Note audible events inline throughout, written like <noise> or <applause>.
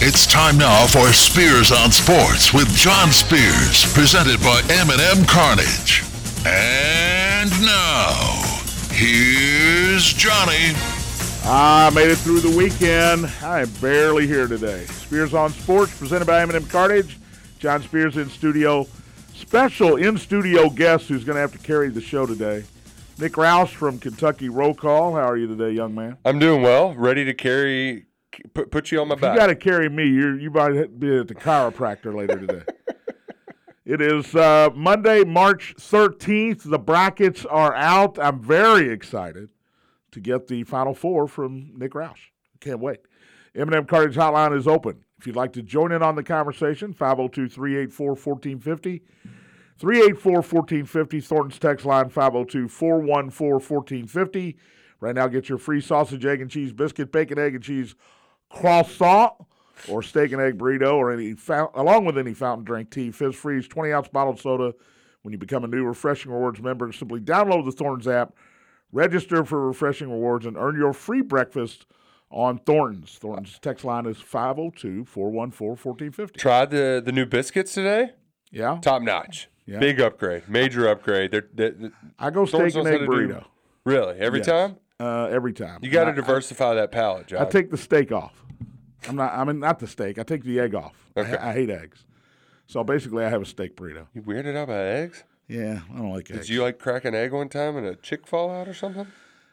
It's time now for Spears on Sports with John Spears, presented by M&M Carnage. And now, here's Johnny. I made it through the weekend. I am barely here today. Spears on Sports, presented by M&M Carnage. John Spears in studio. Special in studio guest who's going to have to carry the show today. Nick Rouse from Kentucky Roll Call. How are you today, young man? I'm doing well. Ready to carry, put, put you on my You back. got to carry me. You're, you might be at the chiropractor later today. <laughs> it is uh, Monday, March 13th. The brackets are out. I'm very excited to get the Final Four from Nick Roush. Can't wait. Eminem Cartage Hotline is open. If you'd like to join in on the conversation, 502 384 1450. 384 1450. Thornton's text line 502 414 1450. Right now, get your free sausage, egg, and cheese biscuit, bacon, egg, and cheese croissant or steak and egg burrito or any fou- along with any fountain drink tea fizz freeze 20 ounce bottled soda when you become a new refreshing rewards member simply download the thorns app register for refreshing rewards and earn your free breakfast on thorns thorns text line is 502-414-1450 Tried the, the new biscuits today. yeah Top notch. Yeah. Big upgrade. Major upgrade. They're, they i go steak Thorns and knows egg how to do- burrito really every Yes. time. uh, every time You got to I- diversify that palate, John. I take the steak off. I'm not. I mean, not the steak. I take the egg off. Okay. I, I hate eggs. So basically, I have a steak burrito. you weirded out by eggs. Yeah, I don't like eggs. Did you like crack an egg one time and a chick fall out or something?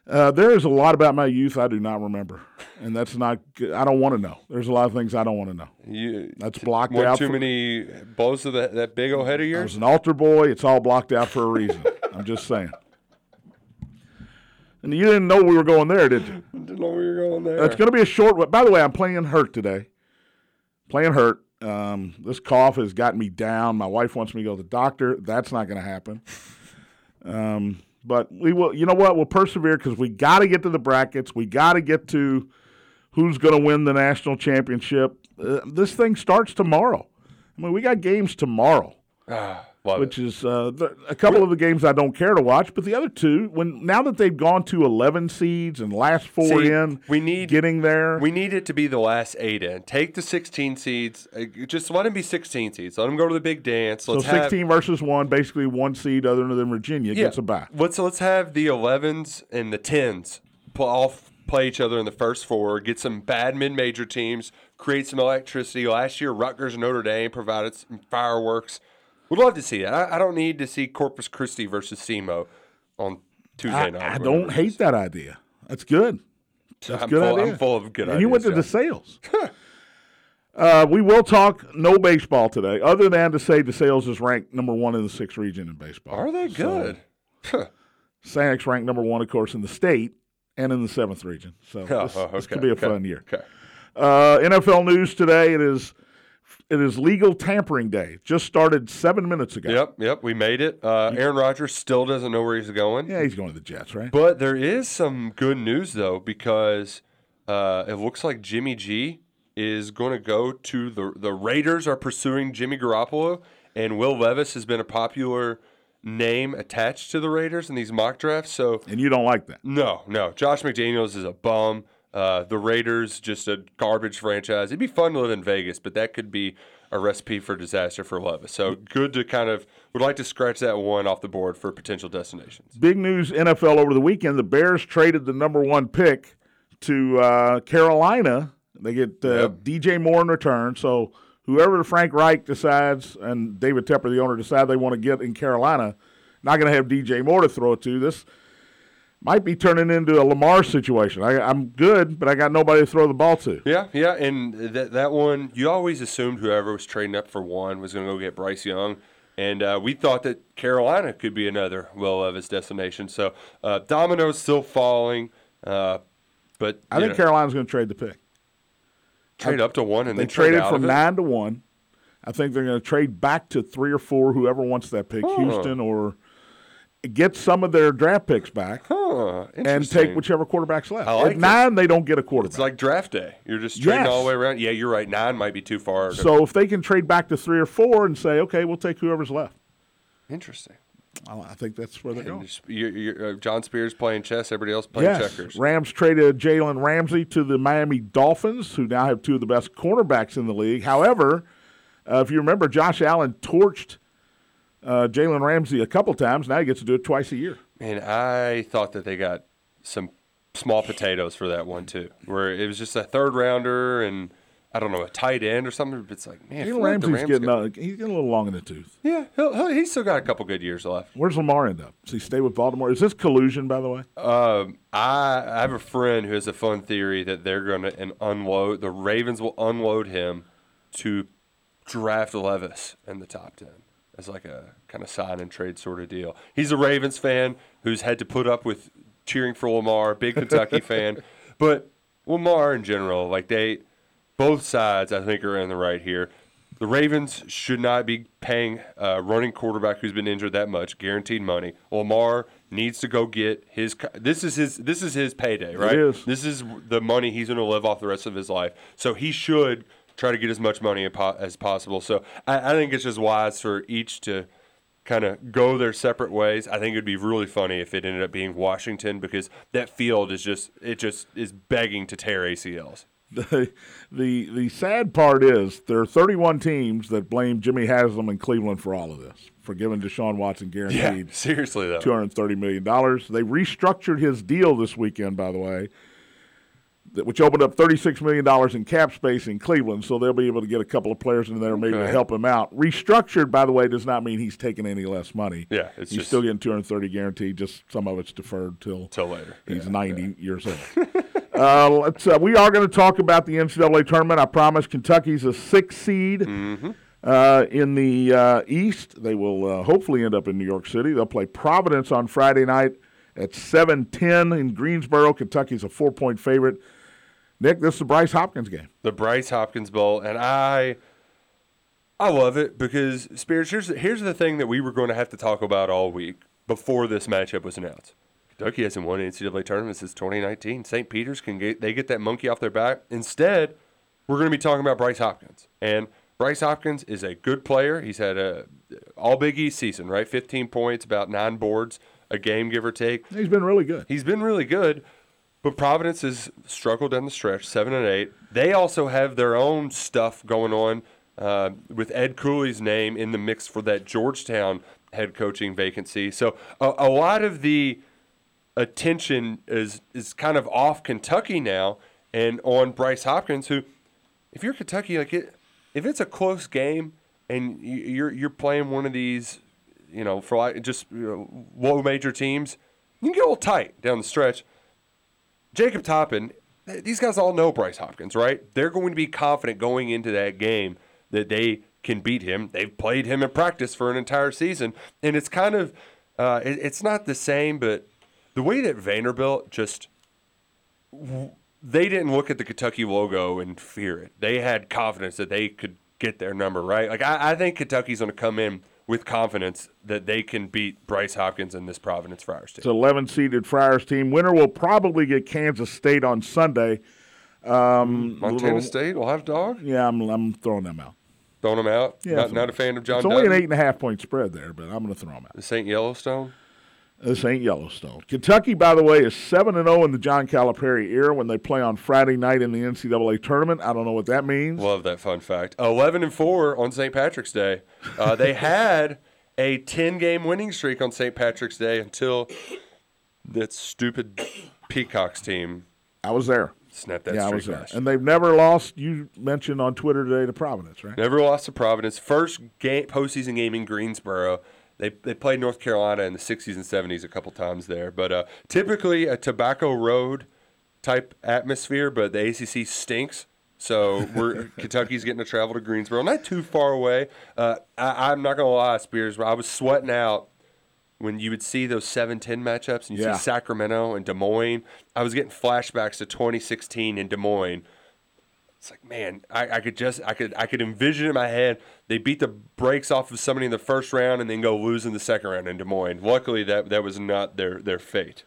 uh, there is a lot about my youth I do not remember, and that's not. Good. I don't want to know. There's a lot of things I don't want to know. You That's blocked one out. too for- many blows of that, that big old head of I yours. was an altar boy. It's all blocked out for a reason. I'm just saying. And you didn't know we were going there, did you? Didn't know where you were going there. It's going to be a short one. By the way, I'm playing hurt today. Playing hurt. Um, this cough has gotten me down. My wife wants me to go to the doctor. That's not going to happen. Um, but we will. You know what? We'll persevere because we got to get to the brackets. We got to get to who's going to win the national championship. Uh, this thing starts tomorrow. I mean, we got games tomorrow Ah, love which it. is uh, the, a couple of the games I don't care to watch, but the other two, when now that they've gone to eleven seeds and last four See, in, we need- getting there. We need it to be the last eight in. Take the 16 seeds. Uh, Just let them be 16 seeds. Let them go to the big dance. so Let's have- sixteen versus one, basically one seed other than Virginia gets a bye. Let's let's have the 11s and the 10s pl- all f- play each other in the first four. Get some bad mid-major teams. Create some electricity. Last year, Rutgers and Notre Dame provided some fireworks. We'd love to see that. I, I don't need to see Corpus Christi versus SEMO on Tuesday I, night. I or don't whatever it hate is. that idea. That's good. That's I'm good full- idea. I'm full of good And you went to the ideas, <laughs> sales. uh, we will talk no baseball today, other than to say the sales is ranked number one in the sixth region in baseball. Are they So- good? Huh. Sanex ranked number one, of course, in the state and in the seventh region. So Oh, this, oh, this okay, could be a okay, fun year. Okay. Uh, NFL news today. It is it is legal tampering day. Just started seven minutes ago. Yep, yep, we made it. Uh, Aaron Rodgers still doesn't know where he's going. Yeah, he's going to the Jets, right? But there is some good news though, because uh, it looks like Jimmy G is going to go to the the Raiders are pursuing Jimmy Garoppolo, and Will Levis has been a popular name attached to the Raiders in these mock drafts. So and you don't like that. no, no, Josh McDaniels is a bum. Uh, the Raiders just a garbage franchise. It'd be fun to live in Vegas, but that could be a recipe for disaster for Levis. So good to kind of would like to scratch that one off the board for potential destinations. Big news NFL over the weekend. The Bears traded the number one pick to uh, Carolina. They get uh, Yep. DJ Moore in return. So whoever Frank Reich decides and David Tepper, the owner, decide they want to get in Carolina, not going to have DJ Moore to throw it to. This might be turning into a Lamar situation. I, I'm good, but I got nobody to throw the ball to. Yeah, yeah, and that that one you always assumed whoever was trading up for one was going to go get Bryce Young, and uh, we thought that Carolina could be another Will Levis destination. So uh, dominoes still falling, uh, but I you think know, Carolina's going to trade the pick. trade up to one and They then trade traded out from of it. nine to one. I think they're going to trade back to three or four, whoever wants that pick, Houston or get some of their draft picks back Huh, and take interesting. whichever quarterback's left. I like At it. nine, they don't get a quarterback. It's like draft day. You're just trading Yes. all the way around. Yeah, you're right. Nine might be too far. so if they can trade back to three or four and say, okay, we'll take whoever's left. interesting. I I think that's where they're And going. just- you you uh, John Spears playing chess, everybody else playing Yes, checkers. Rams traded Jalen Ramsey to the Miami Dolphins, who now have two of the best cornerbacks in the league. However, uh, if you remember, Josh Allen torched uh, Jalen Ramsey a couple times. Now he gets to do it twice a year. And I thought that they got some small potatoes for that one too, where it was just a third rounder and I don't know a tight end or something. But it's like, man, I feel Jalen like the Ramsey's Rams getting got- uh, he's getting a little long in the tooth. yeah, he'll, he'll, he's still got a couple good years left. Where's Lamar end up? Does he stay with Baltimore? Is this collusion, by the way? <laughs> Um, I I have a friend who has a fun theory that they're going to and unload the Ravens will unload him to draft Levis in the top ten as like a kind of sign and trade sort of deal. He's a Ravens fan who's had to put up with cheering for Lamar, big Kentucky fan, but Lamar in general, like they both sides I think are in the right here. The Ravens should not be paying a running quarterback who's been injured that much guaranteed money. Lamar needs to go get his. co- This is his. This is his payday, right? is. This is the money he's going to live off the rest of his life. So he should try to get as much money apo- as possible. So I, I think it's just wise for each to kind of go their separate ways. I think it'd be really funny if it ended up being Washington because that field is just it just is begging to tear ACLs. the the the sad part is there are 31 teams that blame Jimmy Haslam and Cleveland for all of this, for giving Deshaun Watson Yeah, guaranteed seriously though. 230 million dollars. They restructured his deal this weekend, by the way, that, which opened up 36 million dollars in cap space in Cleveland. So they'll be able to get a couple of players in there maybe to Okay. help him out. Restructured, by the way, does not mean he's taking any less money. Yeah, it's he's just- still getting 230 guaranteed. Just some of it's deferred till Till later. He's 90 years old. <laughs> uh, let's, uh, we are going to talk about the NCAA tournament. I promise. Kentucky's a six seed uh, in the uh, East. They will uh, hopefully end up in New York City. They'll play Providence on Friday night at 7:10 in Greensboro. Kentucky's a four point favorite. Nick, this is the Bryce Hopkins game. the Bryce Hopkins Bowl, and I, I love it because Spears. Here's here's the thing that we were going to have to talk about all week before this matchup was announced. Kentucky hasn't won an NCAA tournament since 2019. St. Peter's can get they get that monkey off their back. Instead, we're going to be talking about Bryce Hopkins, and Bryce Hopkins is a good player. He's had a all Big East season, right? 15 points, about nine boards a game, give or take. He's been really good. He's been really good, but Providence has struggled down the stretch, seven and eight. They also have their own stuff going on uh, with Ed Cooley's name in the mix for that Georgetown head coaching vacancy. So a, a lot of the attention is is kind of off Kentucky now and on Bryce Hopkins, who, if you're Kentucky, like it, if it's a close game and you- you're you're playing one of these, you know, for like just you know, low major teams, you can get a little tight down the stretch. Jacob Toppin, th- these guys all know Bryce Hopkins, right? They're going to be confident going into that game that they can beat him. They've played him in practice for an entire season, and it's kind of uh, it- it's not the same, but the way that Vanderbilt just they didn't look at the Kentucky logo and fear it. They had confidence that they could get their number right. Like I, I think Kentucky's going to come in with confidence that they can beat Bryce Hopkins and this Providence Friars team. It's 11 seeded Friars team. Winner will probably get Kansas State on Sunday. Montana State will have dog. Yeah, I'm, I'm throwing them out. Throwing them out. Yeah, not, it's- not a fan of John. it's only an Dutton. eight and a half point spread there, but I'm going to throw them out. The St. Yellowstone. This ain't Yellowstone. Kentucky, by the way, is 7 and 0 in the John Calipari era when they play on Friday night in the NCAA tournament. I don't know what that means. Love that fun fact. Eleven and four on St. Patrick's Day. <laughs> Uh, they had a ten-game winning streak on St. Patrick's Day until that stupid Peacocks team I was there. snapped that yeah, I streak. was there. last And they've never lost. You mentioned on Twitter today to Providence, right? Never lost to Providence. First game, postseason game in Greensboro. They, they played North Carolina in the 60s and 70s a couple times there. But uh, typically a Tobacco Road type atmosphere, but the ACC stinks. So we're <laughs> Kentucky's getting to travel to Greensboro, not too far away. Uh, I, I'm not gonna lie, Spears, but I was sweating out when you would see those 7-10 matchups and you Yeah. see Sacramento and Des Moines. I was getting flashbacks to 2016 in Des Moines it's like, man, I, I could just, I could, I could envision in my head they beat the brakes off of somebody in the first round and then go lose in the second round in Des Moines. Luckily, that that was not their their fate.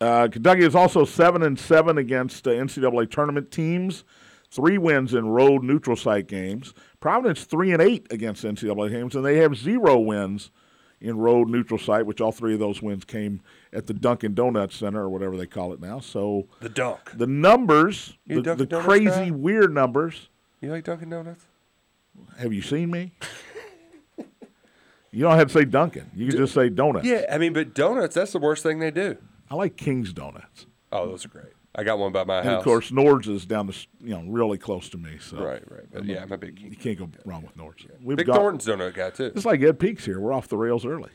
Uh, Kentucky is also 7 and 7 against uh, NCAA tournament teams. Three wins in road neutral site games. Providence 3 and 8 against NCAA games, and they have zero wins in road neutral site, which all three of those wins came at the Dunkin' Donuts Center or whatever they call it now. So The dunk. the numbers, You the, Dunkin' the Donuts crazy guy? weird numbers. You like Dunkin' Donuts? Have you seen me? you don't have to say Dunkin'. You can just say donuts. Yeah, I mean, but donuts, that's the worst thing they do. I like King's Donuts. Oh, those are great. I got one by my And house. of course, Nords is down the s- you know really close to me, so Right, right. But yeah, I'm a big you geek. can't go wrong with Nords. We've Big got Thornton's donut guy, too. it's like Ed Peaks here. We're off the rails <laughs> early.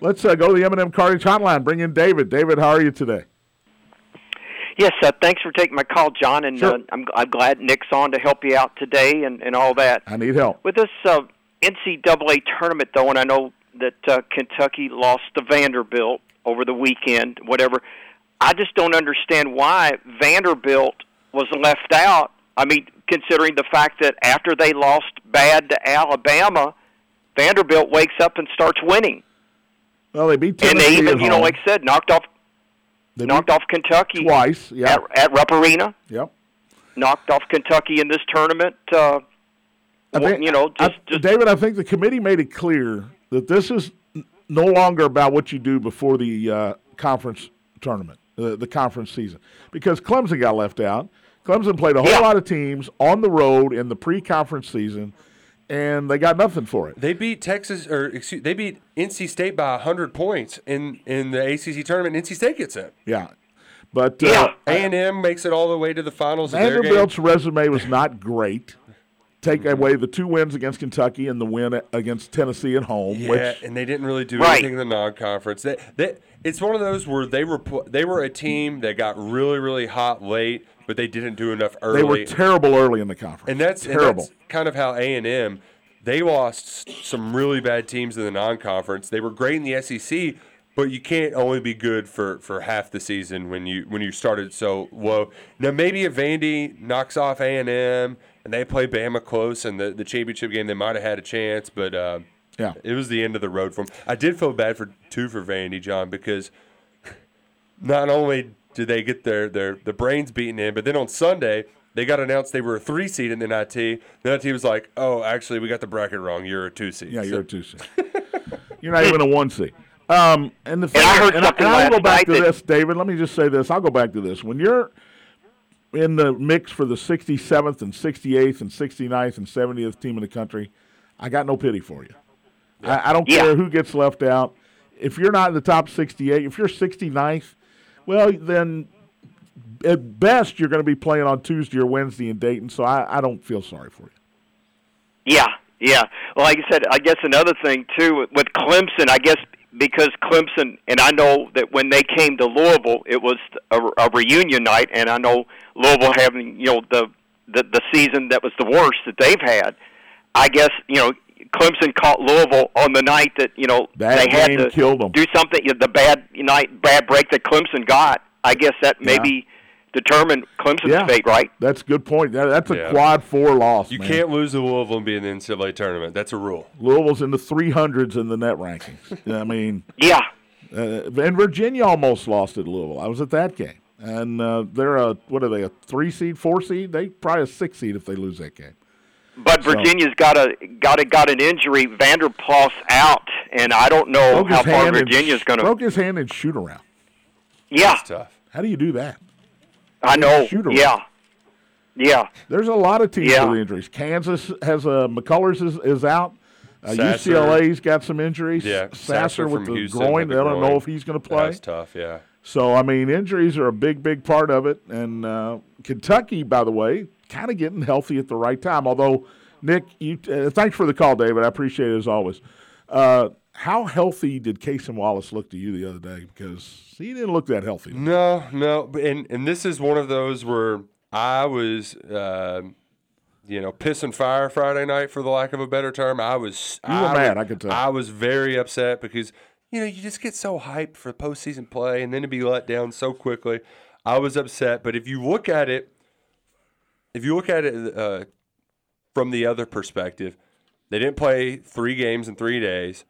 Let's uh, go to the M&M Carnage Hotline. Bring in David. David, how are you today? Yes, uh, thanks for taking my call, John, and Sure. uh, I'm, I'm glad Nick's on to help you out today and, and all that. I need help. With this uh, NCAA tournament, though, and I know that uh, Kentucky lost to Vanderbilt over the weekend, whatever, I just don't understand why Vanderbilt was left out. I mean, considering the fact that after they lost bad to Alabama, Vanderbilt wakes up and starts winning. Well, they beat And Tennessee they even, at you know, home. like I said, knocked off They knocked beat off Kentucky twice. Yeah. at, at Rupp Arena Yep. knocked off Kentucky in this tournament. Uh, I well, think- you know, I- just, just David, I think the committee made it clear that this is n- no longer about what you do before the uh, conference tournament, the, the conference season, because Clemson got left out. Clemson played a whole Yeah. lot of teams on the road in the pre-conference season, and they got nothing for it. They beat Texas, or excuse, they beat NC State by 100 points in, in the ACC tournament. NC State gets in. Yeah, but uh, Yeah. A&M makes it all the way to the finals of their game. Vanderbilt's resume was not great. Take away the two wins against Kentucky and the win a- against Tennessee at home, Yeah, which and they didn't really do Right. anything in the non-conference. They, they, it's one of those where they were pu- they were a team that got really really hot late, but they didn't do enough early. they were terrible early in the conference. and that's and terrible. that's kind of how A and M. They lost s- some really bad teams in the non-conference. They were great in the SEC, but you can't only be good for, for half the season when you when you started so low. Now maybe if Vandy knocks off A and M and they play Bama close in the, the championship game, they might have had a chance. But uh, Yeah. it was the end of the road for him. I did feel bad for two for Vandy John because not only did they get their their the brains beaten in, but then on Sunday they got announced they were a three seed in the NIT. The NIT was like, "Oh, actually, we got the bracket wrong. You're a two seed." Yeah, So- you're a two <laughs> seed. you're not even a one seed. Um, and the thing, I heard and something and I'll go last back night to that- this, David. Let me just say this. I'll go back to this. When you're in the mix for the 67th and 68th and 69th and 70th team in the country, I got no pity for you. I, I don't Yeah. care who gets left out. If you're not in the top 68, if you're 69th, well, then at best you're going to be playing on Tuesday or Wednesday in Dayton. So I, I don't feel sorry for you. yeah, yeah. Well, like I said, I guess another thing too with- with Clemson. I guess because Clemson, and I know that when they came to Louisville, it was a, a reunion night, and I know Louisville having you know the, the the season that was the worst that they've had. I guess you know. Clemson caught Louisville on the night that you know That they had game to killed 'em. do something. you know, The bad night, bad break that Clemson got. I guess that maybe determined Clemson's fate, right? That's a good point. That- that's a Yeah. quad four loss. You man. can't lose to Louisville and be in the NCAA tournament. That's a rule. Louisville's in the 300s in the net <laughs> rankings. I mean, Yeah, uh, and Virginia almost lost at Louisville. I was at that game, and uh, they're a what are they a three seed, four seed? They probably a six seed if they lose that game. But Virginia's got a got a got an injury. Vanderpuss out, and I don't know Broke how his far hand in- Virginia's going to. broke his hand in shoot around. Yeah, It's tough. How do you do that? I know. Shoot around. Yeah, yeah, There's a lot of teams Yeah. with injuries. Kansas has a McCullers is, is out. Uh, Sasser. UCLA's got some injuries. Yeah, S- Sasser, with from the Houston groin. with the they don't know groin. if he's going to play. That's tough. Yeah. So I mean, injuries are a big, big part of it. And uh, Kentucky, by the way, kind of getting healthy at the right time. Although, Nick, you uh, thanks for the call, David. I appreciate it as always. Uh, how healthy did Casey Wallace look to you the other day? Because he didn't look that healthy. No, no, but- and and this is one of those where I was, um you know, piss and fire Friday night for the lack of a better term. I was, You were I mad, was- I could tell. I was very upset because you know you just get so hyped for postseason play and then to be let down so quickly. I was upset, but if you look at it, if you look at it uh, from the other perspective, they didn't play three games in three days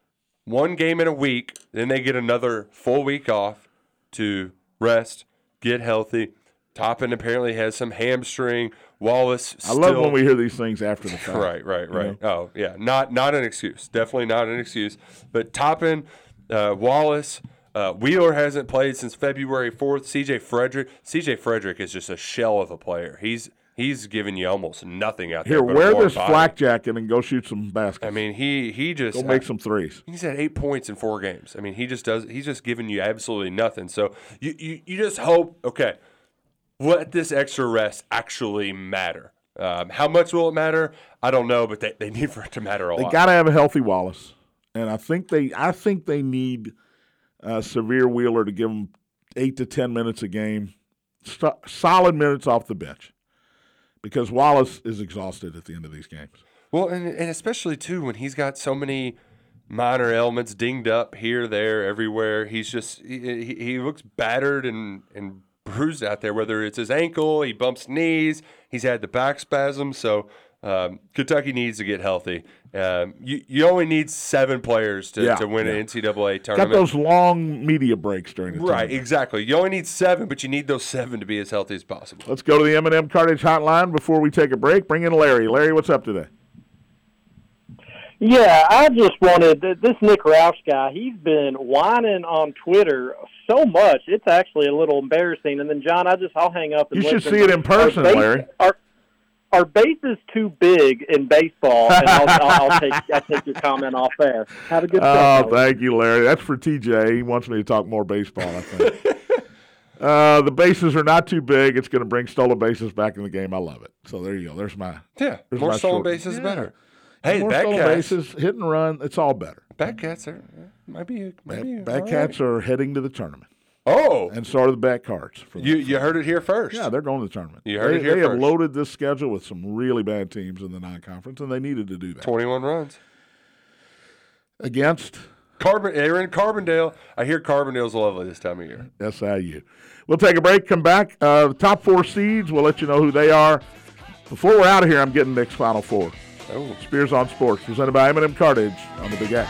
one game in a week, then they get another full week off to rest, get healthy. Toppin apparently has some hamstring. Wallace. I love still- when we hear these things after the fact. Right, right, right. Oh, yeah. Not not an excuse. Definitely not an excuse. But Toppin, uh, Wallace, uh, Wheeler hasn't played since February fourth. C.J. Frederick. C.J. Frederick is just a shell of a player. He's he's giving you almost nothing out there. Here, but a wear warm this body. flak jacket and go shoot some baskets. I mean, he he just go make some threes. He's had eight points in four games. I mean, he just does. He's just giving you absolutely nothing. So you you, you just hope. Okay, let this extra rest actually matter. Um, how much will it matter? I don't know, but they, they need for it to matter a They lot. got to have a healthy Wallace, and I think they, I think they need uh, Severe Wheeler to give them eight to ten minutes a game, so- solid minutes off the bench, because Wallace is exhausted at the end of these games. well, and, and especially too when he's got so many minor ailments dinged up here, there, everywhere. He's just he, he, he looks battered and and bruised out there. Whether it's his ankle, he bumps knees. He's had the back spasm. So um, Kentucky needs to get healthy. Um, you you only need seven players to, Yeah, to win yeah. an NCAA Got tournament. those long media breaks during the Right, tournament. exactly. You only need seven, but you need those seven to be as healthy as possible. Let's go to the M&M Cartage Hotline before we take a break. Bring in Larry. Larry, what's up today? Yeah, I just wanted th- this Nick Roush guy. He's been whining on Twitter so much; it's actually a little embarrassing. And then John, I just I'll hang up. And You should listen. see it in person, our base, Larry. Our, our base is too big in baseball, and I'll, I'll, I'll take I'll take your comment off there. Have a <laughs> good. Oh, show, fellas. thank you, Larry. That's for TJ. He wants me to talk more baseball, I think. uh, the bases are not too big. It's going to bring stolen bases back in the game. I love it. So there you go. There's my Yeah, There's more my stolen short- bases is Yeah. better. Hey, more bad stolen cats, bases, hit and run. It's all better. bad cats are might be might be Bad, all bad right. cats are heading to the tournament, Oh, and so are the bad cards. For them. You you heard it here first. yeah, they're going to the tournament. You heard they, it here They have first. loaded this schedule with some really bad teams in the non-conference, and they needed to do that 21 runs. against Carbon they were in Carbondale. I hear Carbondale's lovely this time of year. SIU. We'll take a break, come back. Uh, the top four seeds, we'll let you know who they are. Before we're out of here, I'm getting Nick's Final Four. Oh. Spears on Sports, presented by M&M Cartage on the Big X.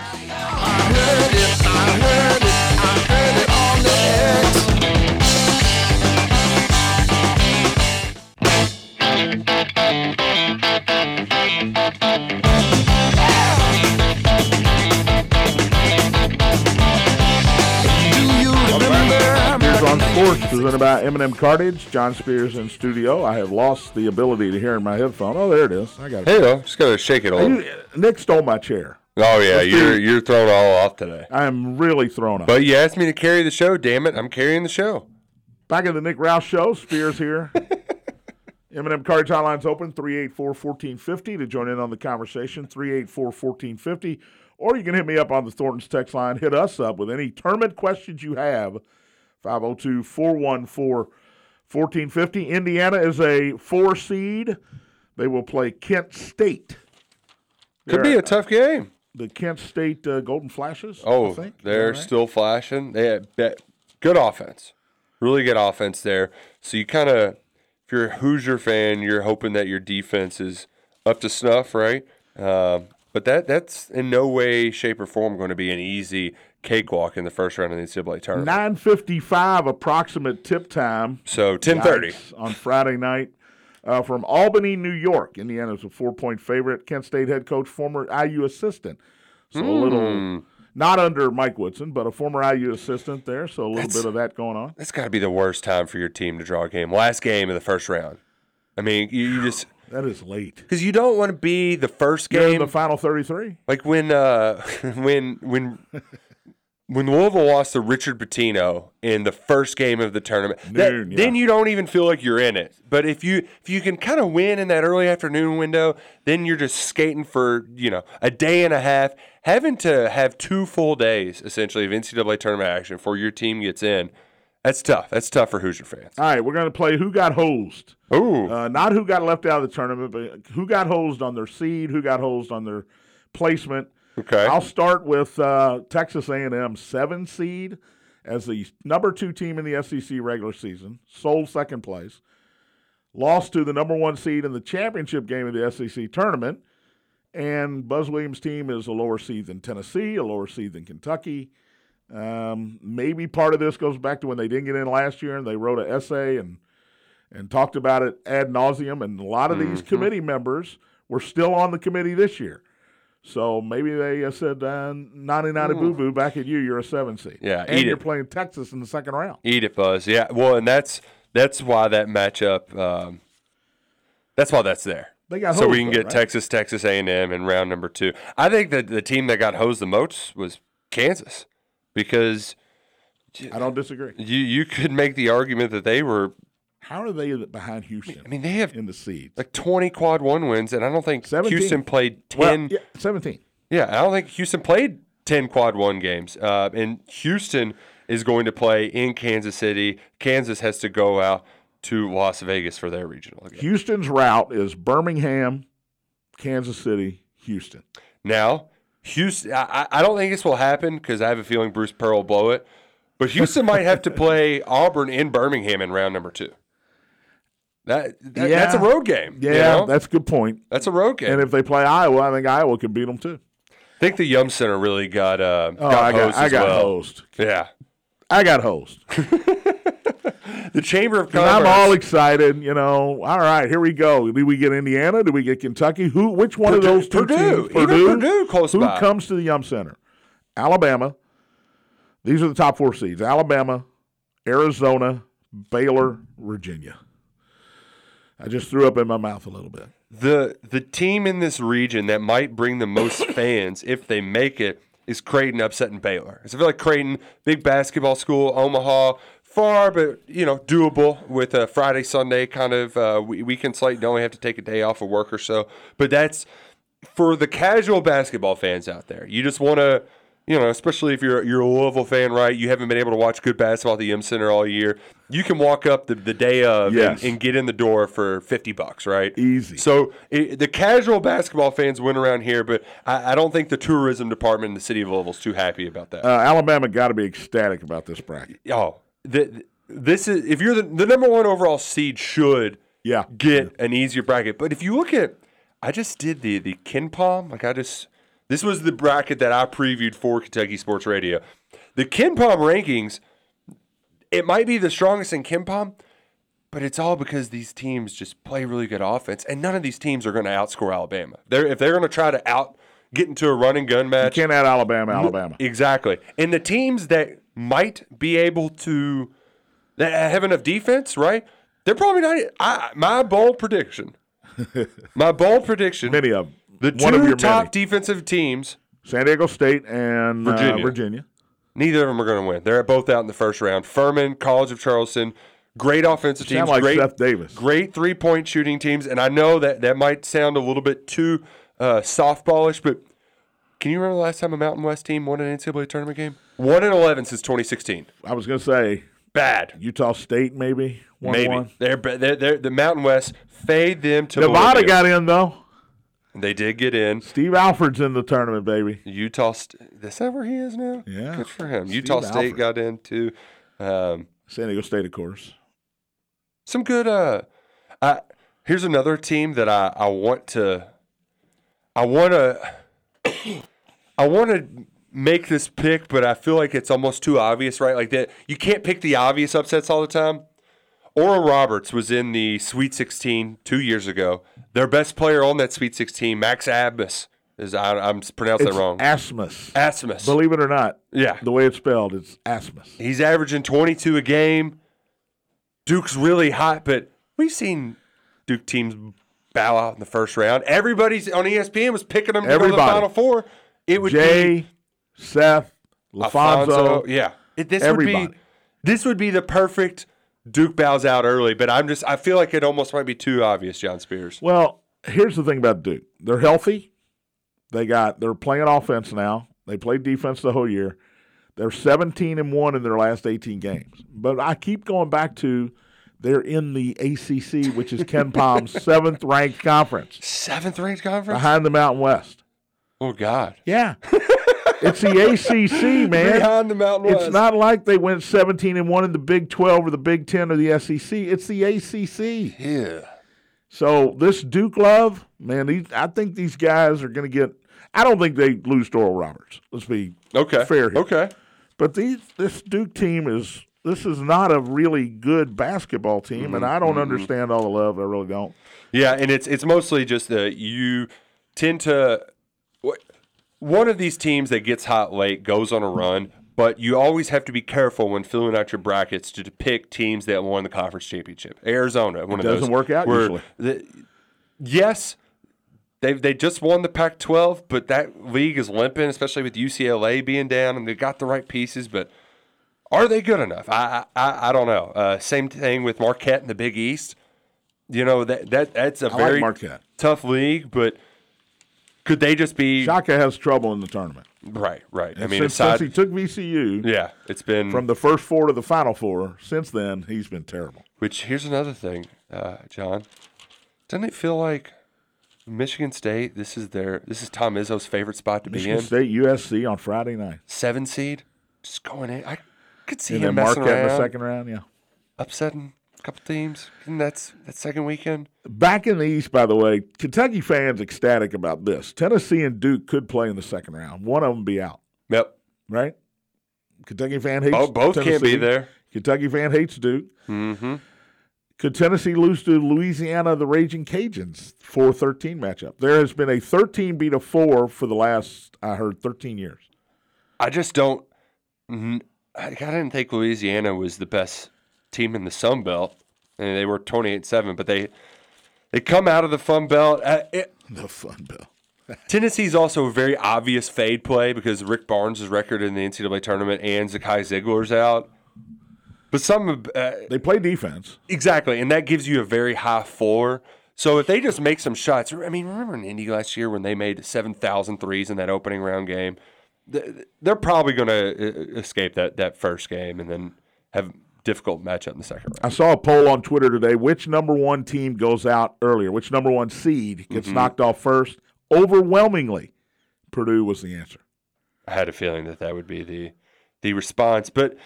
Spears on Sports, presented by M&M Cartage. John Spears in studio. I have lost the ability to hear in my headphone. Oh, there it is. I got it. Hey, though, just gotta shake it a little. You- Nick stole my chair. Oh yeah, you're you're thrown all off today. I am really thrown off. But you asked me to carry the show. Damn it, I'm carrying the show. Back at the Nick Rouse Show, Spears here. <laughs> Eminem Cartage Hotline's open, 384-1450 to join in on the conversation, 384-1450. Or you can hit me up on the Thornton's text line. Hit us up with any tournament questions you have, 502-414-1450. Indiana is a four seed. They will play Kent State. Could be They're- a tough game. The Kent State uh, Golden Flashes, I Oh, think. Is that they're right? still flashing. They had be- good offense, really good offense there. So you kind of, if you're a Hoosier fan, you're hoping that your defense is up to snuff, right? Um, but that that's in no way, shape, or form going to be an easy cakewalk in the first round of the NCAA tournament. 9.55 approximate tip time. so ten thirty. Yikes. on Friday night uh, from Albany, New York. Indiana's a four-point favorite. Kent State head coach, former IU assistant, so a Hmm. little not under Mike Woodson, but a former IU assistant there. So a little bit of that going on. That's got to be the worst time for your team to draw a game. Last game of the first round. I mean, you, you just That is late. because you don't want to be the first You're in game the final thirty-three. Like when uh <laughs> when when when Louisville lost to Richard Pitino in the first game of the tournament, that- Noon, yeah. then you don't even feel like you're in it. But if you if you can kind of win in that early afternoon window, then you're just skating for you know a day and a half, having to have two full days essentially of NCAA tournament action before your team gets in. That's tough. That's tough for Hoosier fans. All right, we're going to play who got hosed. Ooh, Uh, not who got left out of the tournament, but who got hosed on their seed, who got hosed on their placement. okay. I'll start with uh, Texas A&M seven seed as the number two team in the SEC regular season, sole second place. Lost to the number one seed in the championship game of the SEC tournament, and Buzz Williams' team is a lower seed than Tennessee, a lower seed than Kentucky. Um, maybe part of this goes back to when they didn't get in last year and they wrote an essay and and talked about it ad nauseum. And a lot of Mm-hmm. these committee members were still on the committee this year. So maybe they uh, said, uh, 99 boo boo, back at you, you're a seven seed. Mm. Yeah, And eat you're it. playing Texas in the second round. Eat it, Buzz. Yeah. Well, and that's that's why that matchup. Um, that's why that's there. They got so hosed, we can though, get right? Texas, Texas A and M in round number two. I think that the team that got hosed the most was Kansas because I don't disagree. you you could make the argument that they were. How are they behind Houston I mean, they have in the seeds? like twenty quad one wins, and I don't think 17. Houston played Well, ten. yeah, 17. Yeah, I don't think Houston played 10 quad one games. Uh, and Houston is going to play in Kansas City. Kansas has to go out to Las Vegas for their regional game. Houston's route is Birmingham, Kansas City, Houston. Now, Houston, I, I I don't think this will happen because I have a feeling Bruce Pearl will blow it. But Houston might have <laughs> to play Auburn in Birmingham in round number two. That, that- Yeah. That's a road game. you Yeah, know? that's a good point. that's a road game. And if they play Iowa, I think Iowa could beat them too. I think the Yum Center really got uh, Oh, got I got, hosed I as got well. hosed. Yeah, I got hosed. the Chamber of And Commerce. I'm all excited, you know. All right, here we go. Do we get Indiana? Do we get Kentucky? Who? Which one of Purdue- those two Purdue. teams? Even Purdue close who by. comes to the Yum Center? Alabama. These are the top four seeds: Alabama, Arizona, Baylor, Virginia. I just threw up in my mouth a little bit. the the team in this region that might bring the most fans if they make it is Creighton upsetting Baylor. 'Cause I feel like Creighton, big basketball school, Omaha, far but you know doable with a Friday Sunday kind of uh, we- weekend slate. Don't have to take a day off of work or so. But that's for the casual basketball fans out there. You just want to. You know, especially if you're you're a Louisville fan, right? You haven't been able to watch good basketball at the M Center all year. You can walk up the, the day of Yes. and, and get in the door for fifty bucks, right? Easy. So it, the casual basketball fans win around here, but I, I don't think the tourism department in the city of Louisville's too happy about that. Uh, Alabama got to be ecstatic about this bracket. oh, the, this is if you're the, the number one overall seed should Yeah. get an easier bracket. But if you look at, I just did the the Ken Palm. Like I just this was the bracket that I previewed for Kentucky Sports Radio. The Ken Palm rankings, it might be the strongest in Ken Palm, but it's all because these teams just play really good offense, and none of these teams are going to outscore Alabama. They're if they're going to try to out get into a run and gun match, Can't add Alabama, Alabama. Exactly. And the teams that might be able to that have enough defense, right? They're probably not. I, my <laughs> bold prediction. my bold prediction. Many of them. the one of two your top many. defensive teams. San Diego State and uh, Virginia. Virginia. Neither of them are going to win. They're both out in the first round. Furman, College of Charleston, great offensive teams. Sound like great, Seth Davis. great three point shooting teams. And I know that that might sound a little bit too uh, softballish, but can you remember the last time a Mountain West team won an NCAA tournament game? One in eleven since 2016. I was going to say Bad. Utah State, maybe. One, Maybe One. they're, be- they're, they're the Mountain West fade them to Nevada oblivion. got in though. They did get in. Steve Alford's in the tournament, baby. Utah. St- is that where he is now? Yeah. Good for him. Steve Utah State Alford. got in too. Um, San Diego State, of course. some good. Uh, I, here's another team that I, I want to. I want to. <coughs> I want to make this pick, but I feel like it's almost too obvious, right? Like that, you can't pick the obvious upsets all the time. Oral Roberts was in the Sweet 16 two years ago. Their best player on that Sweet 16, Max Abmus, is I, I'm pronouncing It's that wrong. Asmus. Asmus. Believe it or not, yeah, the way it's spelled, it's Asmus. he's averaging 22 a game. Duke's really hot, but we've seen Duke teams bow out in the first round. Everybody's on E ESPN was picking them to go to the Everybody. Final Four. It would be Jay, Seth, Lafonso. Yeah, It- this would Everybody. be this would be the perfect Duke bows out early. But I'm just I feel like it almost might be too obvious, John Spears. Well, here's the thing about Duke. They're healthy. They got they're playing offense now. They played defense the whole year. They're 17 and 1 in their last 18 games. But I keep going back to they're in the ACC, which is Ken <laughs> Palm's seventh ranked conference Seventh ranked conference. behind the Mountain West. Oh God, Yeah. <laughs> it's the ACC, man. behind the Mountain West. It's not like they went 17 and 1 in the Big 12 or the Big 10 or the SEC. It's the ACC. yeah. So this Duke love, man, these, I think these guys are going to get. I don't think they lose to Oral Roberts. Let's be Okay. fair here. Okay. But these this Duke team is this is not a really good basketball team, and I Mm-hmm. don't understand all the love. I really don't. Yeah, and it's it's mostly just that you tend to wh- one of these teams that gets hot late goes on a run, but you always have to be careful when filling out your brackets to pick teams that won the conference championship. Arizona, one of doesn't those work out where usually. the- yes, they they just won the Pac-12, but that league is limping, especially with UCLA being down, and they got the right pieces, but. Are they good enough? I I, I- I don't know. Uh, same thing with Marquette in the Big East. You know that that that's a like very Marquette. tough league, but could they just be Shaka has trouble in the tournament. right? Right. I And mean, since, aside, since he took VCU yeah, it's been from the first four to the final four, since then he's been terrible. Which here's another thing, uh, John. Doesn't it feel like Michigan State? This is their this is Tom Izzo's favorite spot to Michigan be in. State USC on Friday night, Seven seed, just going in. I could see and him then messing Marquette in the around, second round. Yeah. upsetting a couple teams. And that's that second weekend. Back in the East, by the way, Kentucky fans ecstatic about this. Tennessee and Duke could play in the second round. One of them be out, Yep. right? Kentucky fan hates Bo- both can't be Tennessee. there. Kentucky fan hates Duke. Mm-hmm. Could Tennessee lose to Louisiana, the Raging Cajuns, 4 13 matchup? There has been a 13 beat a 4 for the last, I heard, 13 years. I just don't. n- I I didn't think Louisiana was the best team in the Sun Belt, and they were twenty-eight-seven. But they they come out of the Fun Belt. Uh, it, The fun bill. Tennessee's also a very obvious fade play because Rick Barnes' record in the NCAA tournament and Zakai Ziegler's out. But some uh, They play defense. Exactly, and that gives you a very high floor. So if they just make some shots, I mean, remember in Indy last year when they made 7,000 threes in that opening round game? Th- They're probably going to escape that, that first game and then have a difficult matchup in the second round. I saw a poll on Twitter today. Which number one team goes out earlier? Which number one seed gets Mm-hmm. knocked off first? Overwhelmingly, Purdue was the answer. I had a feeling that that would be the the response, but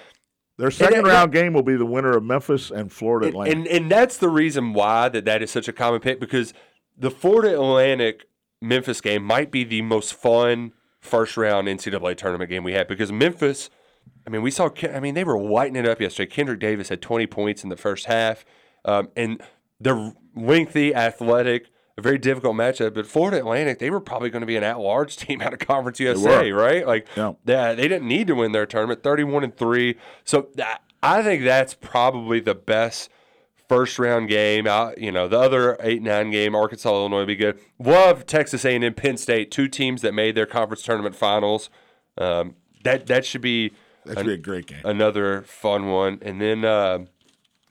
Their second and- round game will be the winner of Memphis and Florida Atlantic. and and that's the reason why that that is such a common pick because the Florida Atlantic Memphis game might be the most fun first round NCAA tournament game we had because Memphis. I mean, we saw. Ken- I mean, they were lighting it up yesterday. Kendrick Davis had 20 points in the first half, um, and they're lengthy, athletic, a very difficult matchup. But Florida Atlantic, they were probably going to be an at-large <laughs> team out of Conference USA, right? Like, Yeah. yeah, they didn't need to win their tournament, 31 and 3. So I- I think that's probably the best first round game. Out, you know, the other 8-9 game Arkansas Illinois would be good. Love Texas A&M Penn State, two teams that made their conference tournament finals. Um, that that should be That should be a great game. another fun one. And then um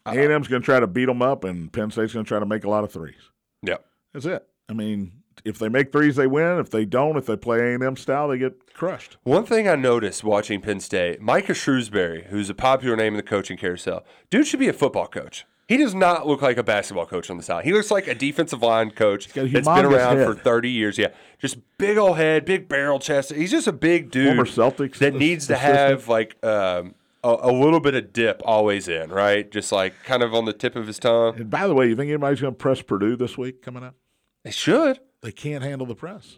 A&M's going to try to beat them up, and Penn State's going to try to make a lot of threes. yeah. That's it. I mean, if they make threes, they win. If they don't, if they play A&M style, they get crushed. One thing I noticed watching Penn State, Micah Shrewsbury, who's a popular name in the coaching carousel, dude should be a football coach. He does not look like a basketball coach on the side. He looks like a defensive line coach got a that's been humongous around for head. 30 years. Yeah. Just big old head, big barrel chest. He's just a big dude Former Celtics that needs to assistant. have like um, a, a little bit of dip always in, right? Just like kind of on the tip of his tongue. And by the way, you think anybody's going to press Purdue this week coming up? They should. They can't handle the press.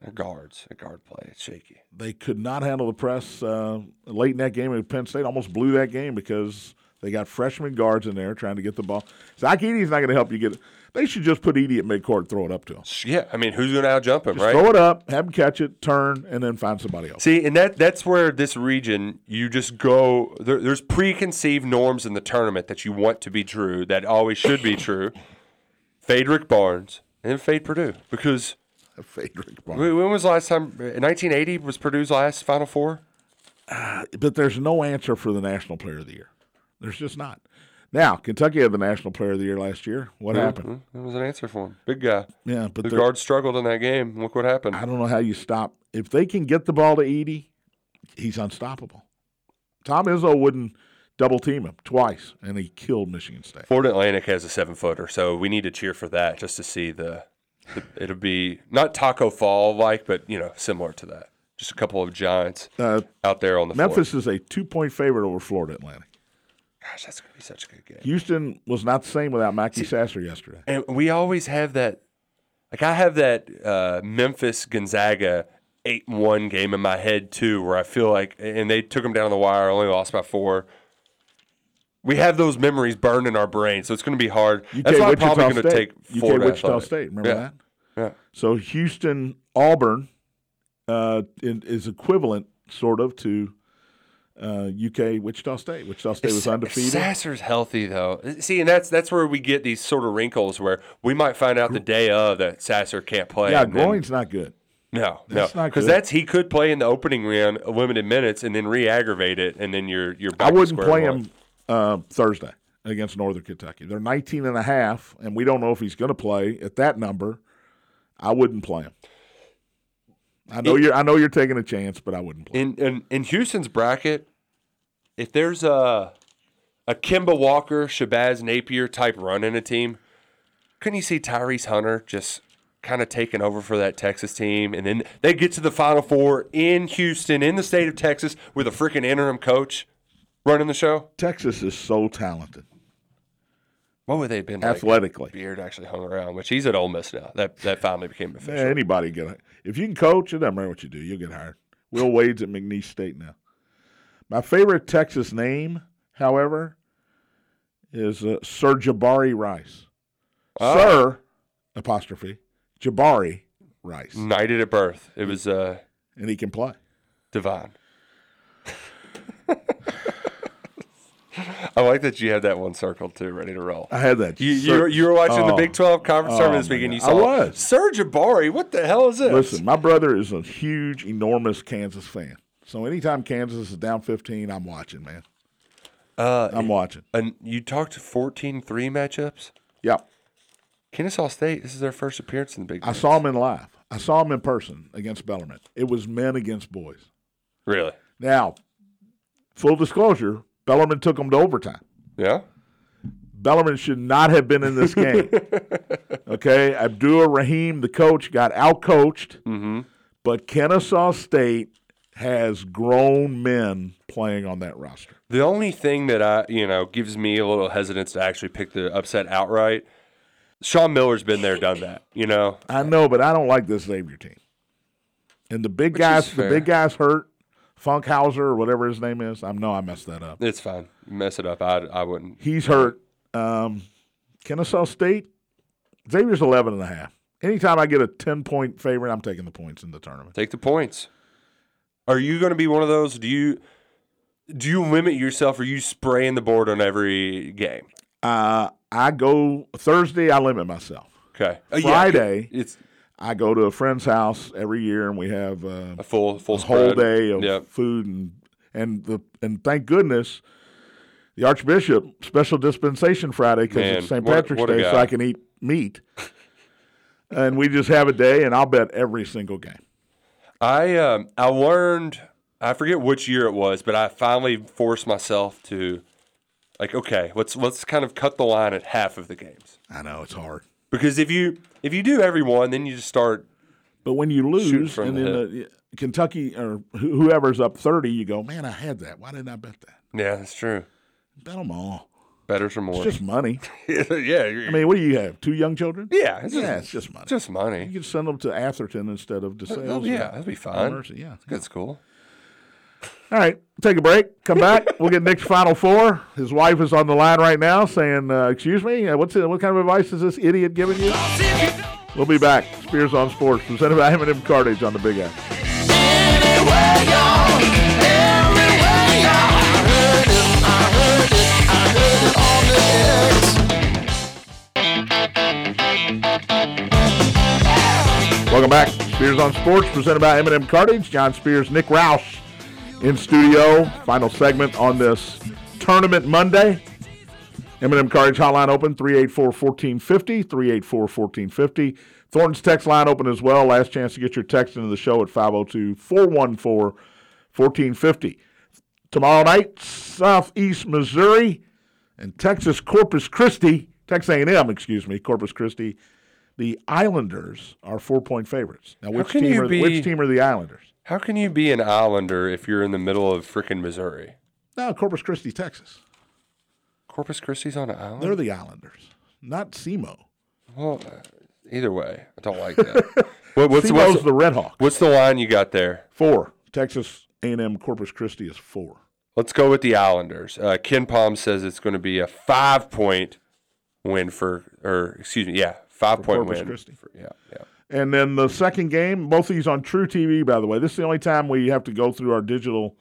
Their guards, a guard play. It's shaky. They could not handle the press uh, late in that game. And Penn State almost blew that game because they got freshman guards in there trying to get the ball. Zach Eady's not going to help you get it. They should just put Edie at midcourt and throw it up to him. Yeah. I mean, who's going to outjump him, Just right? throw it up, have him catch it, turn, and then find somebody else. <laughs> See, and that that's where this region you just go. There, there's preconceived norms in the tournament that you want to be true, that always should be true. Fade Rick Barnes and then fade Purdue because Fadrick Barnes. when when was the last time? 1980 was Purdue's last Final Four. but there's no answer for the National Player of the Year. There's just not. Now, Kentucky had the National Player of the Year last year. What happened? There was an answer for him. Big guy. Yeah, but the they're- guard struggled in that game. Look what happened. I don't know how you stop. If they can get the ball to Edie, he's unstoppable. Tom Izzo wouldn't double team him twice, and he killed Michigan State. Florida Atlantic has a seven footer, so we need to cheer for that just to see the. the it'll be not Taco Fall like, but you know, similar to that. Just a couple of giants Uh, out there on the floor. Memphis is a two point favorite over Florida Atlantic. Gosh, that's gonna be such a good game. Houston was not the same without Mackey Sasser yesterday. And we always have that. Like I have that uh, Memphis Gonzaga eight one game in my head too, where I feel like, and they took them down the wire, only lost by four. we have those memories burned in our brain, so it's going to be hard. That's UK why I'm Wichita probably going to State. take UK Florida Wichita Athletic. State. Remember Yeah. that? Yeah. So Houston Auburn uh, in- is equivalent sort of to uh, UK Wichita State. Wichita State was Sa- undefeated. Sasser's healthy though. See, and that's that's where we get these sort of wrinkles where we might find out the day of that Sasser can't play. yeah, and then- groin's not good. no, that's no, not because good. that's he could play in the opening round, limited minutes, and then re-aggravate it, and then you're you're. Back I to wouldn't square play one. him uh, Thursday against Northern Kentucky. They're 19 and a half, and we don't know if he's going to play at that number. I wouldn't play him. I know you're. I know you're taking a chance, but I wouldn't play. in in, in Houston's bracket. If there's a a Kimba Walker, Shabazz Napier type run in a team, couldn't you see Tyrese Hunter just kind of taking over for that Texas team, and then they get to the Final Four in Houston, in the state of Texas, with a freaking interim coach running the show? Texas is so talented What would they have been like? athletically. Beard actually hung around, which he's at Ole Miss now. That that finally became official. Yeah, anybody get if you can coach, it doesn't matter what you do, you'll get hired. Will Wade's at McNeese State now. My favorite Texas name, however, is uh, Sir Jabari Rice. Ah. Sir apostrophe Jabari Rice, Knighted at birth. It was uh, and he can play. divine. I like that you had that one circled too, ready to roll. I had that. You, you, Sir- were, you were watching the Oh. Big 12 conference Oh, tournament this man. week and you I saw was. Sir Jabari. What the hell is this? Listen, my brother is a huge, enormous Kansas fan. So anytime Kansas is down 15, I'm watching, man. Uh, I'm watching. and you talked 14 3 matchups. Yep. Kennesaw State, this is their first appearance in the Big I 12. saw him in live. I saw him in person against Bellarmine. It was men against boys. Really? Now, full disclosure, Bellarmine took them to overtime. Yeah? Bellarmine should not have been in this <laughs> game. okay, Abdul Rahim, the coach, got out coached, Mm-hmm. but Kennesaw State has grown men playing on that roster. The only thing that I, you know, gives me a little hesitance to actually pick the upset outright. Sean Miller's been there, done that. You know, I know, but I don't like this Xavier team. And the big is guys, the fair. big guys hurt. Funkhauser or whatever his name is. I know I messed that up. it's fine. Mess it up. I, I wouldn't. He's hurt. Um, Kennesaw State, Xavier's 11 and a half. Anytime I get a 10 point favorite, I'm taking the points in the tournament. Take the points. Are you going to be one of those? Do you do you limit yourself? Are you spraying the board on every game? Uh, I go Thursday, I limit myself. Okay. Uh, yeah, Friday, it's I go to a friend's house every year and we have uh, a full full a whole spread. day of Yep. food and and the and thank goodness the Archbishop special dispensation Friday because Man, it's St. what a- Patrick's what a Day, so guy. I can eat meat. and we just have a day, and I'll bet every single game. I um, I learned I forget which year it was, but I finally forced myself to like okay, let's let's kind of cut the line at half of the games I know it's hard, because if you if you do every one, then you just start but when you lose from and the then the, Kentucky or wh- whoever's up thirty, you go, man, I had that. Why didn't I bet that? yeah, that's true. Bet them all. Better for It's more. just money. <laughs> yeah, you're, I mean, what do you have? Two young children? yeah, it's just, yeah, it's just money. just you money. can send them to Atherton instead of DeSales. Oh, or yeah, that'd be fine. Mercy. Yeah, That's cool. All right, take a break. Come back. We'll get Nick's final four. His wife is on the line right now, saying, uh, "Excuse me, uh, what's what kind of advice is this idiot giving you?" We'll be back. Spears on Sports, presented by M&M Cartage on the Big X. Welcome back. Spears on Sports, presented by M&M Cartage. John Spears, Nick Roush in studio. Final segment on this tournament Monday. M&M Cartage hotline open 384-1450, 384-1450. Thornton's text line open as well. Last chance to get your text into the show at 502-414-1450. Tomorrow night, Southeast Missouri and Texas Corpus Christi, Texas A&M, excuse me, Corpus Christi. The Islanders are four-point favorites. Now, which can team you are be- which team are the Islanders? How can you be an Islander if you're in the middle of freaking Missouri? No, Corpus Christi, Texas. Corpus Christi's on an island. They're the Islanders, not SEMO. well, uh, either way, I don't <laughs> like that. what, what's SEMO's what's the Red Hawks. What's the line you got there? Four. Texas A&M Corpus Christi is four. Let's go with the Islanders. Uh, Ken Palm says it's going to be a five point win for, or excuse me, yeah, five point Corpus win. Christi. for- yeah, yeah. And then the second game, both of these on True TV, by the way. This is the only time we have to go through our digital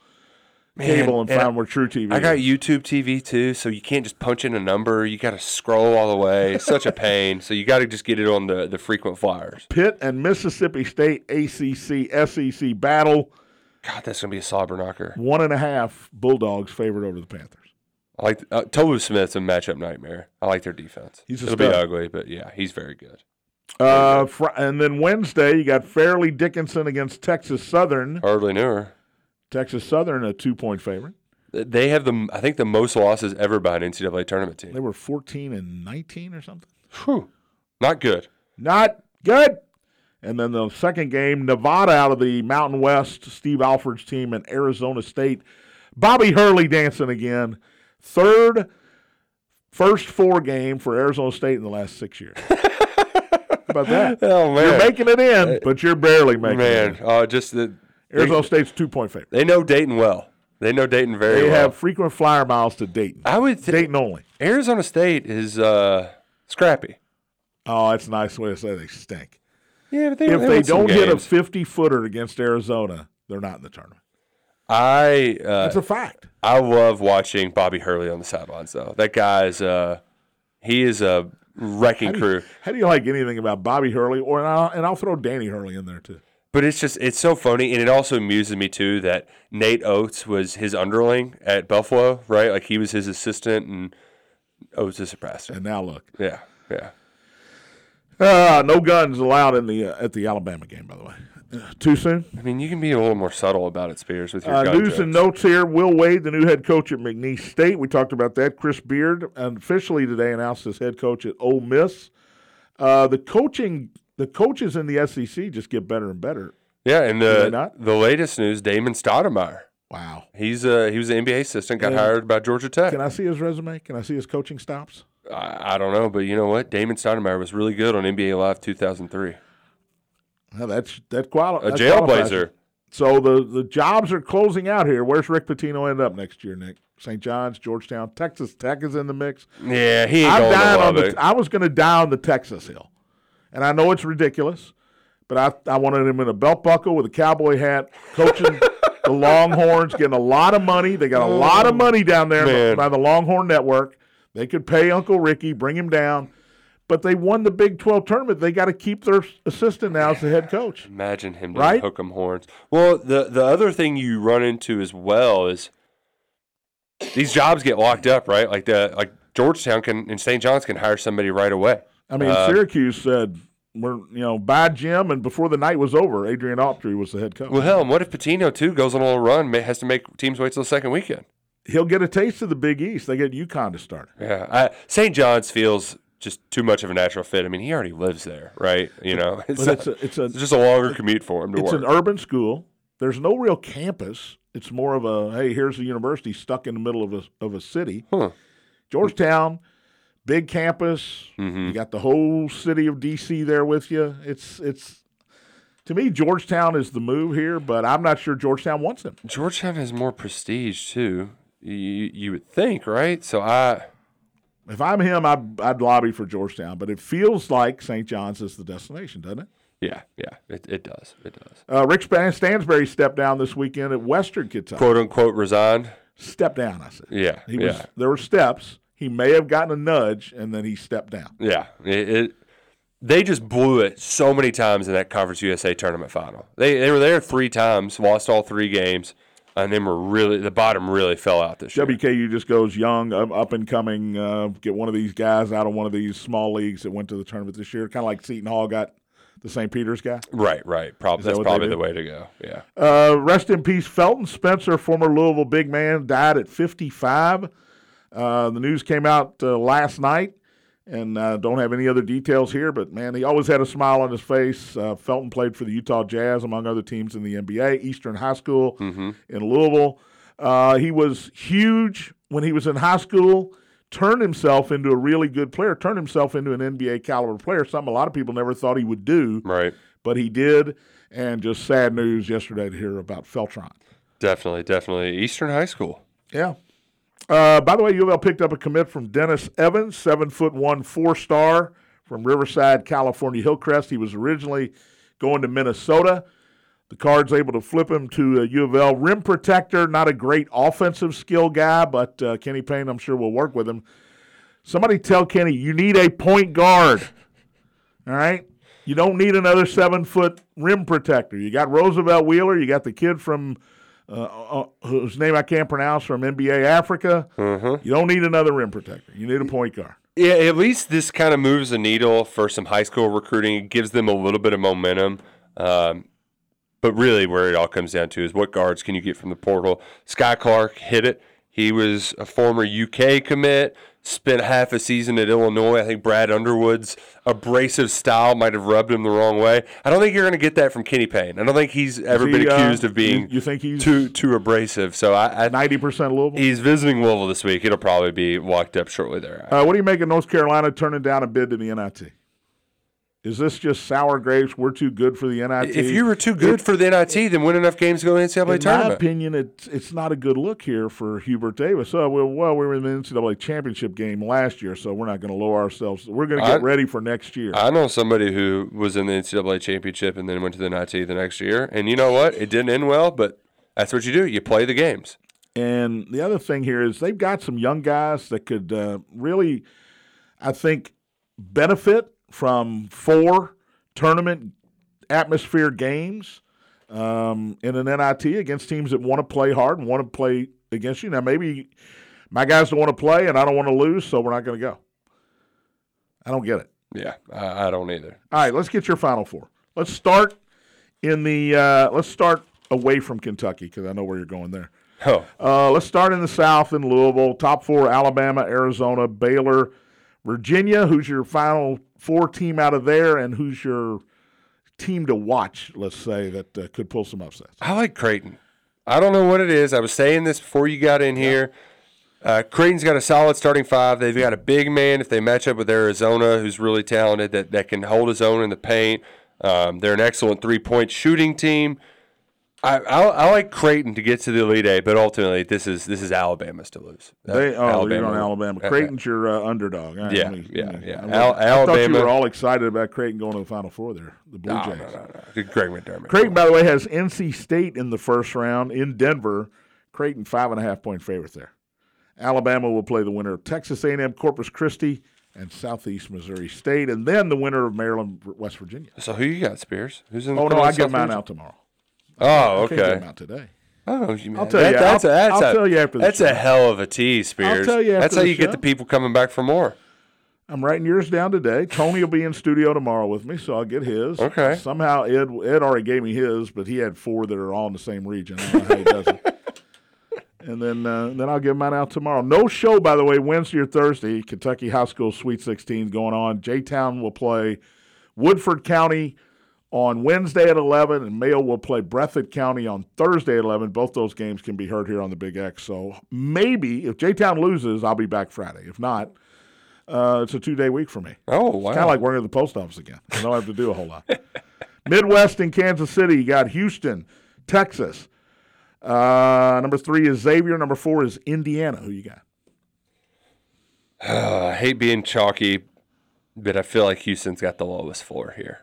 cable and, and find I- where True TV I got is. YouTube TV too, so you can't just punch in a number. You got to scroll all the way. It's <laughs> Such a pain. So you got to just get it on the, the frequent flyers. Pitt and Mississippi State ACC SEC E battle. God, that's going to be a slobber knocker. One and a half Bulldogs favored over the Panthers. I like uh, Tobu Smith's a matchup nightmare. I like their defense. He's a It'll be stud. ugly, but yeah, he's very good. Uh, fr- and then Wednesday, you got Fairleigh Dickinson against Texas Southern. Hardly knew her. Texas Southern, a two point favorite. They have the I think the most losses ever by an NCAA tournament team. They were 14 and 19 or something. Whew. Not good. Not good. And then the second game, Nevada out of the Mountain West, Steve Alford's team and Arizona State. Bobby Hurley dancing again. Third, first four game for Arizona State in the last six <laughs> years. How about that? Oh man, You're making it in, but you're barely making man. it. Uh, just the, In. Arizona State's two point favorite. they know Dayton well. They know Dayton very They well. have frequent flyer miles to Dayton. I would think Dayton only. Arizona State is uh, scrappy. Oh, that's a nice way to say they stink. Yeah, but they, If they, they won some don't hit a games. 50 footer against Arizona, they're not in the tournament. I uh, That's a fact. I love watching Bobby Hurley on the sidelines though. That guy is uh, he is a wrecking How do you- crew. How do you like anything about Bobby Hurley? Or and I'll, and I'll throw Danny Hurley in there too. But it's just it's so funny, and it also amuses me too that Nate Oates was his underling at Buffalo, right? Like he was his assistant, and Oates is surpassed him. And now look, Yeah, yeah. uh, no guns allowed in the uh, at the Alabama game. By the way, Uh, too soon. I mean, you can be a little more subtle about it, Spears, with your Uh, gun news and notes jokes. here. Will Wade, the new head coach at McNeese State. We talked about that. Chris Beard officially today announced as head coach at Ole Miss. Uh, the coaching, the coaches in the SEC just get better and better. Yeah, and Do they the not? the latest news: Damon Stoudemire. Wow. He's uh he was an NBA assistant, got Yeah. hired by Georgia Tech. Can I see his resume? Can I see his coaching stops? I, I don't know, but you know what? Damon Stoudemire was really good on NBA Live 2003. Well, that's that quali- A that qualifies it. jailblazer. So the the jobs are closing out here. Where's Rick Pitino end up next year, Nick? St. John's, Georgetown, Texas Tech is in the mix. Yeah, he ain't I'm going eh? dying to on Lubbock. the. I was going to die on the Texas hill, and I know it's ridiculous, but I I wanted him in a belt buckle with a cowboy hat, <laughs> coaching the Longhorns, getting a lot of money. They got a lot of money down there Oh, Man. by the Longhorn Network. They could pay Uncle Ricky, bring him down, but they won the Big Twelve tournament. They got to keep their assistant now as the head coach. Imagine him doing Right? hook 'em horns. Well, the the other thing you run into as well is these jobs get locked up, right? Like the like Georgetown can and St. John's can hire somebody right away. I mean, Uh, Syracuse said, "We're you know, bye, Jim." And before the night was over, Adrian Autry was the head coach. Well, hell, and what if Patino too goes on a little run, may, has to make teams wait till the second weekend? He'll get a taste of the Big East. They get UConn to start. Yeah, I, St. John's feels just too much of a natural fit. I mean, he already lives there, right? You know, it's, But it's not- a, it's a it's just a longer commute for him to it's work. an urban school. There's no real campus. It's more of a hey, here's the university stuck in the middle of a of a city. Huh. Georgetown, big campus. Mhm. You got the whole city of D.C. there with you. It's it's to me Georgetown is the move here, but I'm not sure Georgetown wants him. Georgetown has more prestige too. You, you would think, right? So I. If I'm him, I'd, I'd lobby for Georgetown, but it feels like St. John's is the destination, doesn't it? Yeah, yeah, it, it does. It does. Uh, Rick Stan- Stansbury stepped down this weekend at Western Kentucky. Quote unquote resigned. Step down, I said. Yeah, He yeah, was there were steps. He may have gotten a nudge and then he stepped down. yeah. It, it- they just blew it so many times in that Conference USA tournament final. They they were there three times, lost all three games, and then were really the bottom really fell out this year. WKU just goes young, up, up and coming. Uh, get one of these guys out of one of these small leagues that went to the tournament this year, kind of like Seton Hall got the St. Peter's guy. Right, right. Probably that that's what they probably do? the way to go. Yeah. Uh, rest in peace, Felton Spencer, former Louisville big man, died at 55. Uh, the news came out uh, last night, and uh, don't have any other details here. But man, he always had a smile on his face. Uh, Felton played for the Utah Jazz, among other teams in the NBA, Eastern High School in Louisville. Uh, he was huge when he was in high school. Turned himself into a really good player. Turned himself into an NBA caliber player. Something a lot of people never thought he would do Right. but he did. And just sad news yesterday to hear about Feltron. Definitely, definitely. Eastern High School. Yeah. Uh, by the way, U of L picked up a commit from Dennis Evans, seven foot one, four star from Riverside, California Hillcrest. He was originally going to Minnesota. The Cards able to flip him to a U of L rim protector. Not a great offensive skill guy, but uh, Kenny Payne, I'm sure, will work with him. Somebody tell Kenny you need a point guard. All right, you don't need another seven foot rim protector. You got Roosevelt Wheeler. You got the kid from uh, uh, whose name I can't pronounce from NBA Africa. Mm-hmm. You don't need another rim protector. You need a point guard. Yeah, at least this kind of moves the needle for some high school recruiting. It gives them a little bit of momentum. Um, but really, where it all comes down to is what guards can you get from the portal? Sky Clark hit it. He was a former UK commit, spent half a season at Illinois. I think Brad Underwood's abrasive style might have rubbed him the wrong way. I don't think you're going to get that from Kenny Payne. I don't think he's ever Is been he, uh, accused of being you- you think he's- too too abrasive. So I, I Ninety percent Louisville. he's visiting Louisville this week. It'll probably be locked up shortly there. Uh, what do you make of North Carolina turning down a bid to the NIT? Is this just sour grapes? We're too good for the NIT. If you were too good for the NIT, then win enough games to go to the NCAA in my tournament. opinion, it's it's not a good look here for Hubert Davis. Oh, well, well, we were in the NCAA championship game last year, so we're not going to lower ourselves. We're going to get I- ready for next year. I know somebody who was in the NCAA championship and then went to the NIT the next year. And you know what? It didn't end well, but that's what you do. You play the games. And the other thing here is they've got some young guys that could uh, really, I think, benefit from four tournament atmosphere games um, in an NIT against teams that want to play hard and want to play against you. Now, maybe my guys don't want to play and I don't want to lose, so we're not going to go. I don't get it. Yeah, I, I don't either. All right, let's get your final four. Let's start in the uh, let's start away from Kentucky because I know where you're going there. Oh, Uh, let's start in the South in Louisville. Top four: Alabama, Arizona, Baylor, Virginia. Who's your final four team out of there, and who's your team to watch? Let's say that uh, could pull some upsets. I like Creighton. I don't know what it is. I was saying this before you got in here. Uh, Creighton's got a solid starting five. They've got a big man if they match up with Arizona, who's really talented, that, that can hold his own in the paint. Um, they're an excellent three point shooting team. I, I, I like Creighton to get to the Elite Eight, but ultimately this is this is Alabama's to lose. Uh, They, oh, you're on will- Alabama. Uh, uh, Creighton's your uh, underdog. All right, Yeah, let me- yeah, let me- yeah. I, Al- I thought you Alabama- were all excited about Creighton going to the Final Four there. The Blue No, no, Jays. no, no. Good Greg McDermott. Creighton, by the way, has NC State in the first round in Denver. Creighton five and a half point favorites there. Alabama will play the winner of Texas A&M, Corpus Christi, and Southeast Missouri State, and then the winner of Maryland, West Virginia. So who you got, Spears? Who's in? Oh the no, I South get mine Region? out tomorrow. Oh, I can't get okay. them out today. Oh, you I'll tell you- That's I'll- a, that's I'll a, tell you after the That's show. a hell of a tease, Spears. tell you after that's how the you show. get the people coming back for more. I'm writing yours down today. Tony will be in studio tomorrow with me, so I'll get his. Okay. Somehow Ed Ed already gave me his, but he had four that are all in the same region. I don't know how he does it. And then uh, then I'll give mine out tomorrow. No show, by the way, Wednesday or Thursday. Kentucky High School Sweet 16 going on. J Town will play Woodford County on Wednesday at 11, and Mayo will play Breathitt County on Thursday at 11. Both those games can be heard here on the Big X. So maybe if J Town loses, I'll be back Friday. If not, uh, it's a two day week for me. Oh, Kind wow. of like working at the post office again. I don't have to do a whole lot. <laughs> Midwest and Kansas City, you got Houston, Texas. Uh, number three is Xavier. Number four is Indiana. Who you got? I hate being chalky, but I feel like Houston's got the lowest floor here.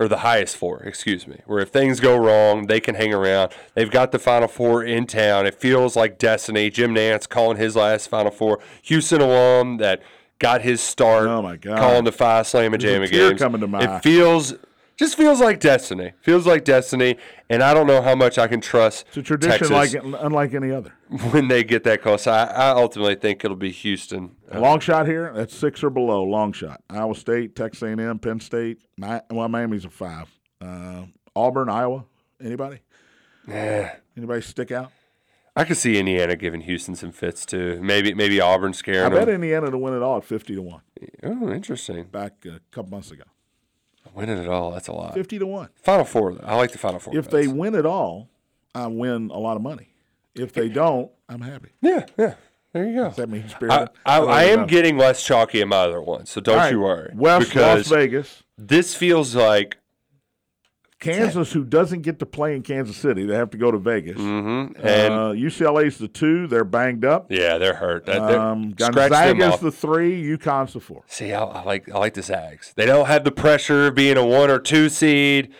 Or the highest floor, excuse me. Where if things go wrong, they can hang around. They've got the Final Four in town. It feels like destiny. Jim Nance calling his last Final Four. Houston alum that got his start. Oh, my God. Calling the five slam and There's a jam tear games. coming to my it eye. feels just feels like destiny. Feels like destiny, and I don't know how much I can trust. It's a tradition Texas like unlike any other. <laughs> when they get that close. I, I ultimately think it'll be Houston. Long shot here. That's six or below. Long shot. Iowa State, Texas A&M, Penn State. Mi- well, Miami's a five. Uh, Auburn, Iowa. Anybody? Eh, Anybody stick out? I could see Indiana giving Houston some fits too. Maybe maybe I Auburn scaring bet them. Indiana to win it all at fifty to one Oh, interesting. back a couple months ago. Winning it all, that's a lot. Fifty to one. Final four. though. I like the final four. If they bets. win it all, I win a lot of money. If they don't, I'm happy. yeah, yeah. There you go. Does that mean spirit? I, I, I am getting less chalky in my other one, so don't you worry. West Las because Vegas. this feels like Kansas, who doesn't get to play in Kansas City, they have to go to Vegas. Mm-hmm. And Uh, UCLA's the two; they're banged up. yeah, they're hurt. That, they're, Um, scratch them Gonzaga's off. the three, UConn's the four. See, I, I like I like the Zags. They don't have the pressure of being a one or two seed.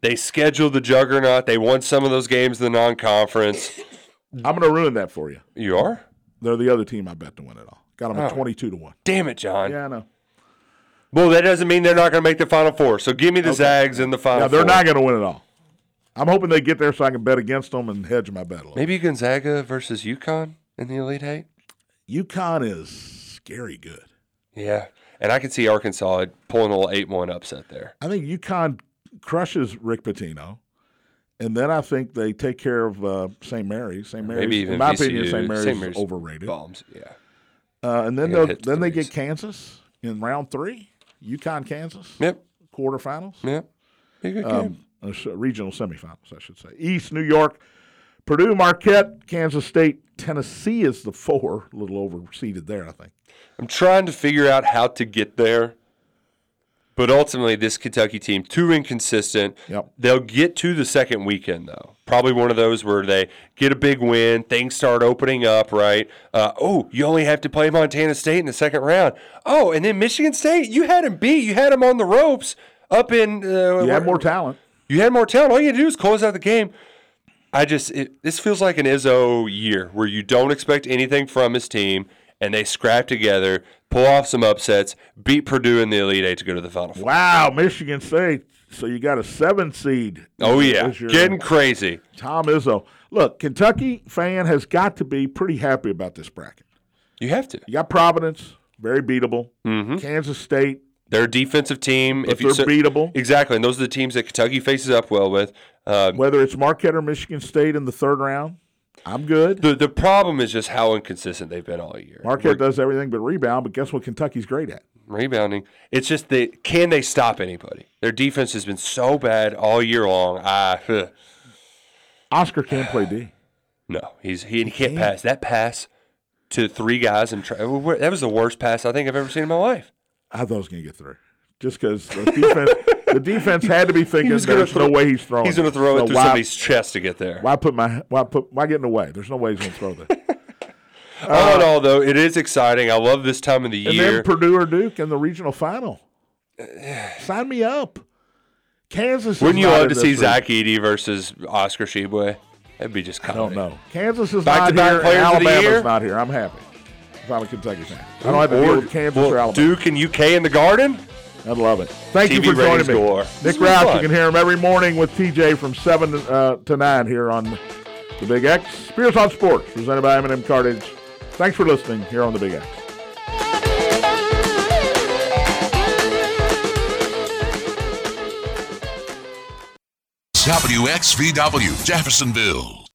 They scheduled the juggernaut. They won some of those games in the non-conference. I'm going to ruin that for you. You are? They're the other team I bet to win it all. Got them at Oh. 22 to one. Damn it, John. Yeah, I know. Well, that doesn't mean they're not going to make the Final Four. So give me the Zags in the Final Yeah, they're Four. not going to win it all. I'm hoping they get there so I can bet against them and hedge my bet a little. Maybe Gonzaga versus UConn in the Elite Eight. UConn is scary good. Yeah, and I can see Arkansas pulling a little eight-one upset there. I think UConn crushes Rick Pitino, and then I think they take care of uh, St. Mary's. St. Mary's, Maybe even in my VCU. opinion, St. Mary's, St. Mary's is overrated. Bombs. Yeah. Uh, and then They gotta they'll- hit then they threes. get Kansas in round three. UConn, Kansas Yep. quarterfinals, Yep. Be a good game. um, uh, s- regional semifinals, I should say. East New York, Purdue, Marquette, Kansas State, Tennessee is the four. A little overseeded there, I think. I'm trying to figure out how to get there. But ultimately, this Kentucky team too inconsistent. Yep. They'll get to the second weekend though. Probably one of those where they get a big win, things start opening up, right? Uh, oh, you only have to play Montana State in the second round. Oh, and then Michigan State, you had them beat. You had them on the ropes up in. Uh, You where- have more talent. you had more talent. All you had to do is close out the game. I just it, this feels like an Izzo year where you don't expect anything from his team, and they scrap together, pull off some upsets, beat Purdue in the Elite Eight to go to the Final Four. Wow, Michigan State. So you got a seven seed. Oh yeah, Is your- getting crazy. Tom Izzo. Look, Kentucky fan has got to be pretty happy about this bracket. You have to. You got Providence, very beatable. Mm-hmm. Kansas State, They're a defensive team. but they're beatable. exactly, and those are the teams that Kentucky faces up well with. Um, Whether it's Marquette or Michigan State in the third round, I'm good. the the problem is just how inconsistent they've been all year. Marquette does everything but rebound, but guess what Kentucky's great at? rebounding. It's just they can they stop anybody? Their defense has been so bad all year long. I Oscar can't play D. no, he's he, he can't pass that pass to three guys and try, where- that was the worst pass I think I've ever seen in my life. I thought I was going to get through. Just because <laughs> the defense, the defense had to be thinking was gonna there's throw- no way he's throwing. He's going to throw it So through why- somebody's chest to get there. Why put my why put why get in the way? There's no way he's going to throw that. all in all, though, it is exciting. I love this time of the And year. then Purdue or Duke in the regional final. Sign me up. Kansas. is Wouldn't you not love in to this see region. Zach Eady versus Oscar Sheboy? That'd be just I don't comedy. know. Kansas is not Back-to-back here. and players of the Alabama's year? not here. I'm happy. If I'm a Kentucky fan, I don't have to deal with Kansas well, or Alabama. Duke and UK in the Garden. I'd love it. Thank TV you for joining ratings me, galore. This Nick has been Roush. fun. You can hear him every morning with TJ from seven to, uh, to nine here on the Big X. Spears on Sports, presented by Eminem Cartage. Thanks for listening here on the Big X. WXVW, Jeffersonville.